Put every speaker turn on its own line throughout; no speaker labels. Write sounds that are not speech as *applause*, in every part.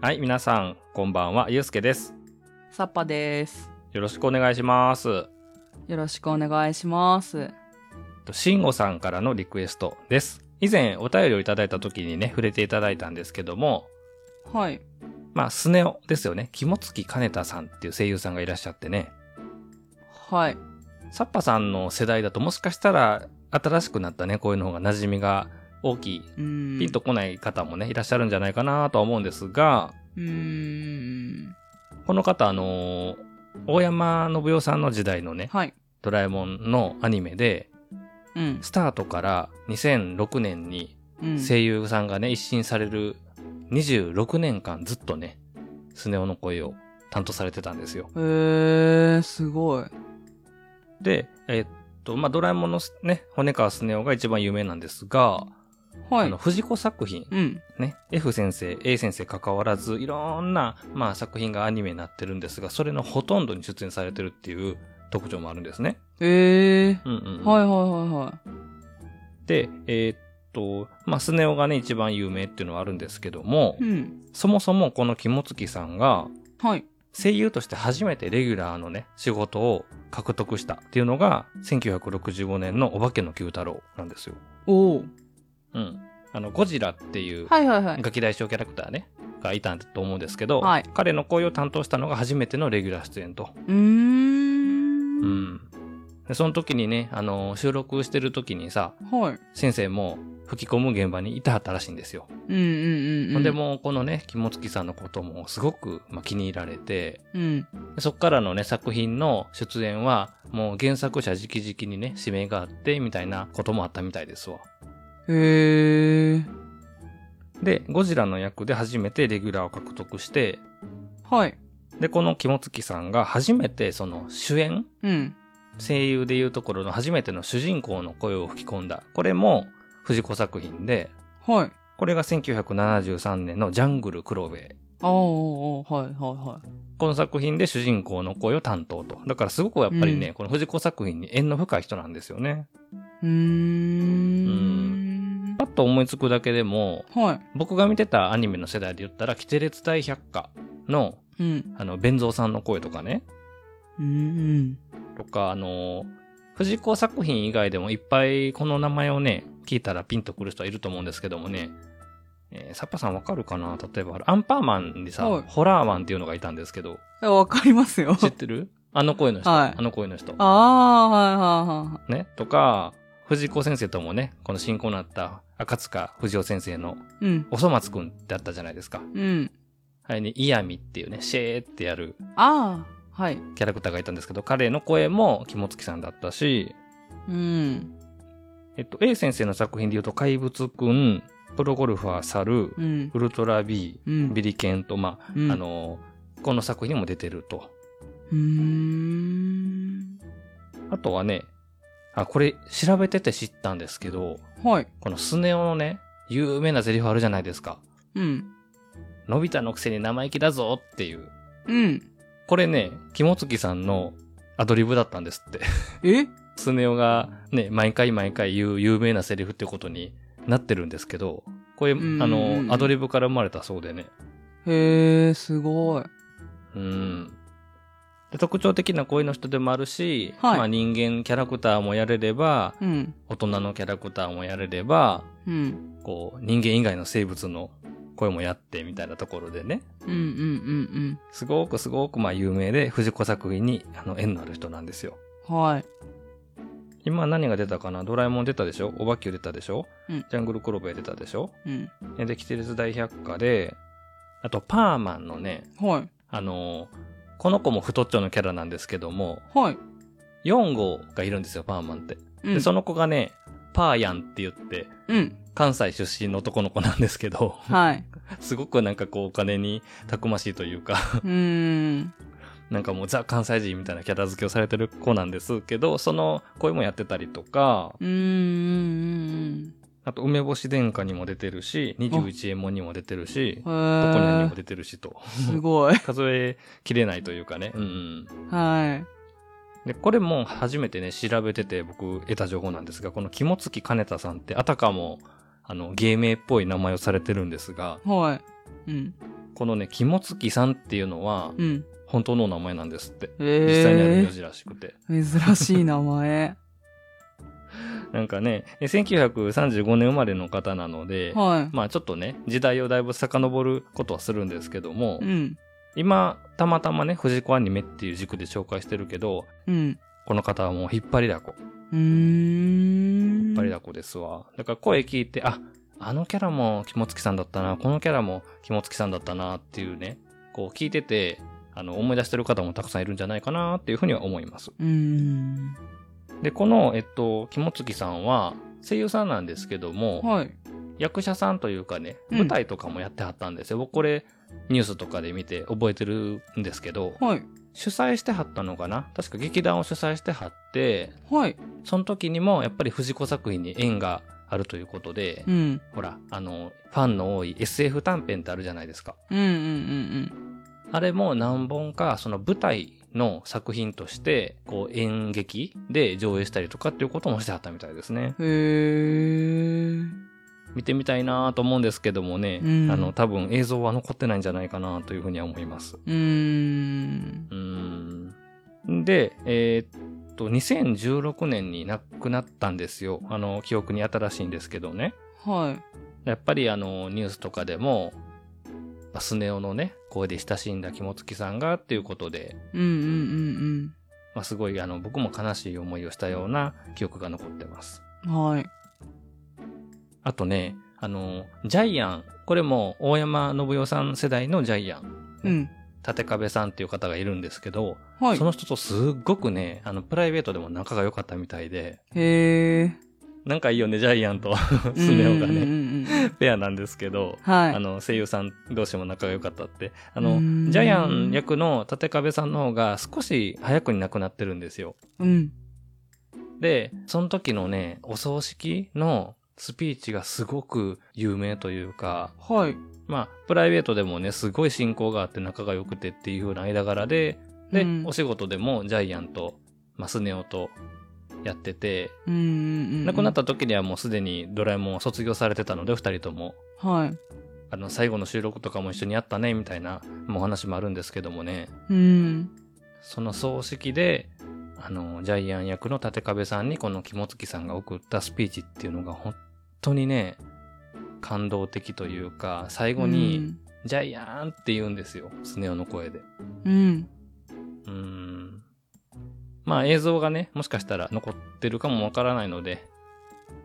はい、皆さん、こんばんは、ゆうすけです。
サッパです。
よろしくお願いします。
よろしくお願いします。
としんごさんからのリクエストです。以前、お便りをいただいた時にね、触れていただいたんですけども、
はい。
まあ、スネ夫ですよね。肝付金太さんっていう声優さんがいらっしゃってね。
はい。
サッパさんの世代だともしかしたら新しくなったね、声の方が馴染みが大きい。
うーん。
ピンと。こない方もね、いらっしゃるんじゃないかなとは思うんですが、
うーん。
この方、あのー大山信代さんの時代のね、
はい。
ドラえもんのアニメで、
うん。
スタートから2006年に
うん。
声優さんがね、一新される26年間ずっとね、スネ夫の声を担当されてたんですよ。
えー、すごい。
で、えっと、まあ、ドラえもんのすね、骨川スネ夫が一番有名なんですが、
は
あ
い
の、。藤子作品、
うん。
ね、F 先生、A 先生関わらず、いろんな、まあ、作品がアニメになってるんですが、それのほとんどに出演されてるっていう特徴もあるんですね。
え
うんうんう
ー。
ん。
はいはいは
で、えーっと、まあ、スネ夫がね、一番有名っていうのはあるんですけども
いはい。う、ん。
そもそもこの肝月さんが、
はい。
声優として初めてレギュラーのね、仕事を獲得したっていうのが、1965年のお化けの九太郎なんですよ。
おー。
うん。あの、ゴジラっていう、
はいはいはい。
ガキ大将キャラクターね、がいたと思うんですけど、
はい
彼の声を担当したのが初めてのレギュラー出演と。
うーん。
うん。でその時にね、あの、収録してる時にさ、
はい。
先生も吹き込む現場にいたはったらしいんですよ。
うんうんうんう
ほ
ん。
んで、もうこのね、肝付さんのこともすごく、まあ、気に入られて、
うん。
でそっからのね、作品の出演は、もう原作者直々にね、指名があって、みたいなこともあったみたいですわ。
えー。
で、ゴジラの役で初めてレギュラーを獲得して、
はい。
で、この肝月さんが初めてその主演、
うん。
声優でいうところの初めての主人公の声を吹き込んだ。これも藤子作品で、
はい。
これが1973年のジャングル黒部。
あーおーおーはいは
この作品で主人公の声を担当と。だからすごくやっぱりね、この藤子作品に縁の深い人なんですよね。
いはい。うーん。
パッと思いつくだけでも、
は
僕が見てたアニメの世代で言ったら、キテレツ大百科の、
い。うん。
あの、弁蔵さんの声とかね、
うん
とか、あの、藤子作品以外でもいっぱいこの名前をね、聞いたらピンとくる人はいると思うんですけどもね、えーサッパさんわかるかな例えば、アンパーマンにさ、
はい
ホラーマンっていうのがいたんですけど、
うん。わかりますよ。
知って
*laughs*
るあの声の人、
はい
あの声の人。
ああ、はいはいはいはい。
ね、とか、藤子先生ともね、この親交のあった赤塚不二夫先生の
うん。
おそ松くんってあったじゃないですか。
うん。
あれに、イヤミっていうね、シェーってやる
ああ、はい。
キャラクターがいたんですけど、彼の声も肝付さんだったし、
うん。
えっと、A 先生の作品で言うと、怪物くん、プロゴルファー、サル
う、ん。
ウルトラ B、
うん。
ビリケンと、まあ、
うん
あ、の、この作品にも出てると。
うーん。
あとはね、あ、これ調べてて知ったんですけど、
はい。
このスネ夫のね、有名なセリフあるじゃないですか。
うん。
のび太のくせに生意気だぞっていう。
うん。
これね、肝付さんのアドリブだったんですって。
え
スネ夫がね、毎回毎回言う有名なセリフってことになってるんですけど、これ、あ
ん
の、アドリブから生まれたそうでね。
へえ、すごい。
うん。で特徴的な声の人でもあるし、
はい
まあ人間キャラクターもやれれば、
うん。
大人のキャラクターもやれれば、
うん。
こう、人間以外の生物の声もやってみたいなところでね、
うんうんうん
すごくすごくまあ有名で、藤子作品にあの縁のある人なんですよ。
うん。はい。
今何が出たかなドラえもん出たでしょおばきゅう出たでしょ、
うん
ジャングルコロベ出たでしょ
うん。
えで、キテレツ大百科で、あと、パーマンのね、
はい。
あのーこの子も太っちょのキャラなんですけども、
はい。
4号がいるんですよ、パーマンって。
う
で、
ん。
その子がね、パーヤンって言って、
うん。
関西出身の男の子なんですけど、 *laughs*
はい。
すごくなんかこう、お金にたくましいというか、 *laughs*
うーん。
なんかもうザ関西人みたいなキャラ付けをされてる子なんですけど、その声もやってたりとか、
うーんうん
あと、梅干し殿下にも出てるし、21衛門にも出てるし、
う
どこに
ん。
に
へ
も出てるしと。
え、すごい。
数えきれないというかね。うんうん。
は
で、これも初めてね、調べてて僕得た情報なんですが、この肝付金太さんってあたかも、あの、芸名っぽい名前をされてるんですが、
い。はい。うん。
このね、肝付さんっていうのは、
うん。
本当のお名前なんですって。実際にある
え
名字らしくて。
え珍しい
*laughs*
名前。
なんかね、え1935年生まれの方なので、
はい。
まあちょっとね、時代をだいぶ遡ることはするんですけども、
うん。
今、たまたまね、藤子アニメっていう軸で紹介してるけど、
うん。
この方はもう引っ張りだこ。
うーん。
引っ張りだこですわ。だから声聞いて、あ、あのキャラも肝付さんだったな、このキャラも肝付さんだったなっていうね、こう聞いてて、あの、思い出してる方もたくさんいるんじゃないかなっていうふうには思います。
うーん。
で、この、えっと、肝付さんは声優さんなんですけども、
はい。
役者さんというかね、
うん
舞台とかもやってはったんですよ。僕これ、ニュースとかで見て覚えてるんですけど、
はい。
主催してはったのかな確か劇団を主催してはって、
はい。
その時にもやっぱり藤子作品に縁があるということで、
うん。
ほら、あの、ファンの多い SF 短編ってあるじゃないですか。
うんうんうん
あれも何本か、その舞台の作品として、こう演劇で上映したりとかっていうこともしてはったみたいですね。
うん。へえ。
見てみたいなと思うんですけどもね、
うん
あの、多分映像は残ってないんじゃないかなというふうには思います。
うーん。
うーん。で、えーっと、2016年に亡くなったんですよ。あの、記憶に新しいんですけどね。
はい。
やっぱりあの、ニュースとかでも、まあスネ夫のね、声で親しんだ肝付さんがっていうことで、
うんうん
まあ、すごいあの、僕も悲しい思いをしたような記憶が残ってます。
うんうん。はい。
あとね、あの、ジャイアン。これも、大山信代さん世代のジャイアン。
うん。
立壁さんっていう方がいるんですけど、
はい
そ。の人とすっごくね、あの、プライベートでも仲が良かったみたいで、
へえ。
なんかいいよね、ジャイアンとスネ夫が
うんう
ね、
んうんうん
ペアなんですけど、
はい。
あの、声優さん同士も仲が良かったって。あの、
うーん
ジャイアン役の立壁さんの方が少し早くに亡くなってるんですよ。
うん。
で、その時のね、お葬式のスピーチがすごく有名というか、
はい。
まあ、プライベートでもね、すごい親交があって仲が良くてっていう風な間柄で、で、
うん
お仕事でもジャイアンと、まあ、スネ夫とやってて、
うんうんうん。
亡くなっ。た時にはもうすでにドラえもんを卒業されてたので、二人とも。
はい。
あの、最後の収録とかも一緒にやったね、みたいな、もうお話もあるんですけどもね、
うん。
その葬式で、あの、ジャイアン役の立壁さんにこの肝付さんが送ったスピーチっていうのが本当にね、感動的というか、最後に、ジャイアンって言うんですよ、スネ夫の声で。
うん。
うーん。まあ映像がね、もしかしたら残ってるかもわからないので、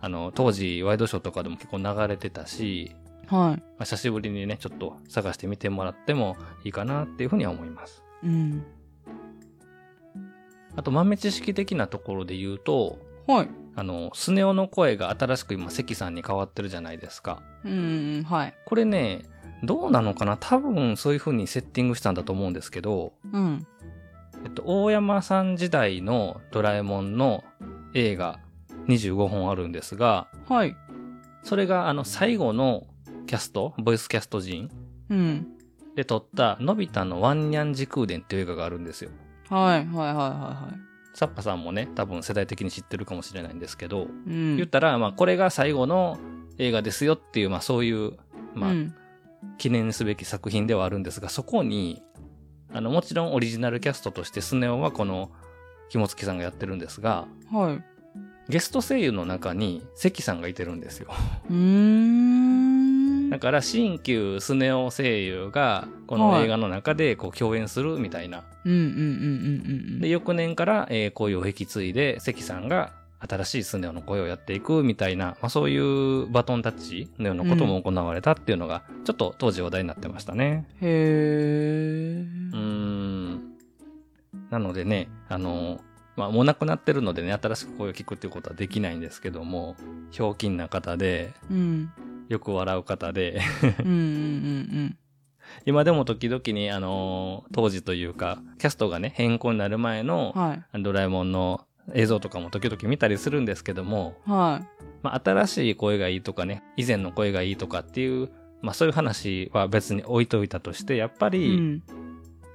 あの、当時ワイドショーとかでも結構流れてたし、
うん。はい。
まあ、久しぶりにね、ちょっと探してみてもらってもいいかなっていうふうには思います。
うん。
あと豆知識的なところで言うと、
はい。
あの、スネ夫の声が新しく今関さんに変わってるじゃないですか。
うんうん。はい。
これね、どうなのかな多分そういうふうにセッティングしたんだと思うんですけど、
うん。
えっと、大山さん時代のドラえもんの映画25本あるんですが、
はい。
それがあの最後のキャスト、ボイスキャスト陣
うん。
で撮ったのび太のワンニャン時空伝っていう映画があるんですよ。
はい。はいはいはいは
サッパさんもね、多分世代的に知ってるかもしれないんですけど、
い。う
言っ
ん。
たら、まあこれが最後の映画ですよっていう、まあそういう、ま
う
あ
ん。
記念すべき作品ではあるんですが、そこに、あの、もちろんオリジナルキャストとしてスネ夫はこの肝付さんがやってるんですが、
はい。
ゲスト声優の中に関さんがいてるんですよ。 *laughs*
うーん。
だから新旧スネ夫声優がこの映画の中でこう共演するみたいな。
うんうんうんうんうんうん。
で、翌年からえー声を引き継いで関さんが新しいスネ夫の声をやっていくみたいな、まあ、そういうバトンタッチのようなことも行われたっていうのがちょっと当時話題になってましたね。
へえ。
うーん。なのでね、あの、まあ、もう亡くなってるのでね、新しく声を聞くっていうことはできないんですけども、ひょうきんな方で、
うん。
よく笑う方で、 *laughs*
うんうんうん
今でも時々に、あのー当時というか、キャストがね、変更になる前の
うん。はい。
ドラえもんの映像とかも時々見たりするんですけども、
は
まあ、新しい声がいいとかね、以前の声がいいとかっていう、まあそういう話は別に置いといたとして、やっぱ
い。
り、
うん。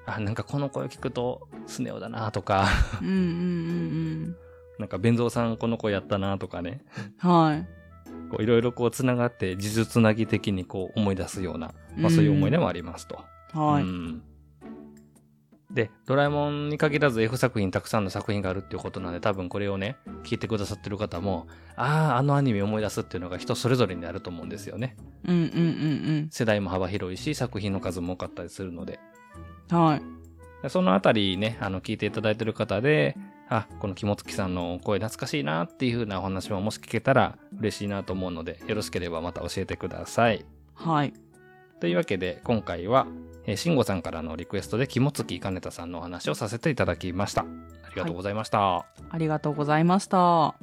あ、なんかこの声聞くと、スネ夫だなとか、 *laughs*
うんうんうんうん。
なんか弁蔵さんこの声やったなとかね、
はい。
こういろいろこうつながって呪術つなぎ的にこう思い出すような、まあ、そういう思い出もありますと。
は
う
い。
んで、ドラえもんに限らず F 作品たくさんの作品があるっていうことなんで、多分これをね、聞いてくださってる方も、ああ、あのアニメ思い出すっていうのが人それぞれにあると思うんですよね。
うんうんうん
世代も幅広いし、作品の数も多かったりするので。
うん。はい。
そのあたりね、あの、聞いていただいてる方で、あ、この肝月さんの声懐かしいなっていう風なお話ももし聞けたら嬉しいなと思うので、よろしければまた教えてください。
はい。
というわけで、今回は、えー、慎吾さんからのリクエストで肝月かねたさんのお話をさせていただきました。ありがとうございました。
ありがとうございました。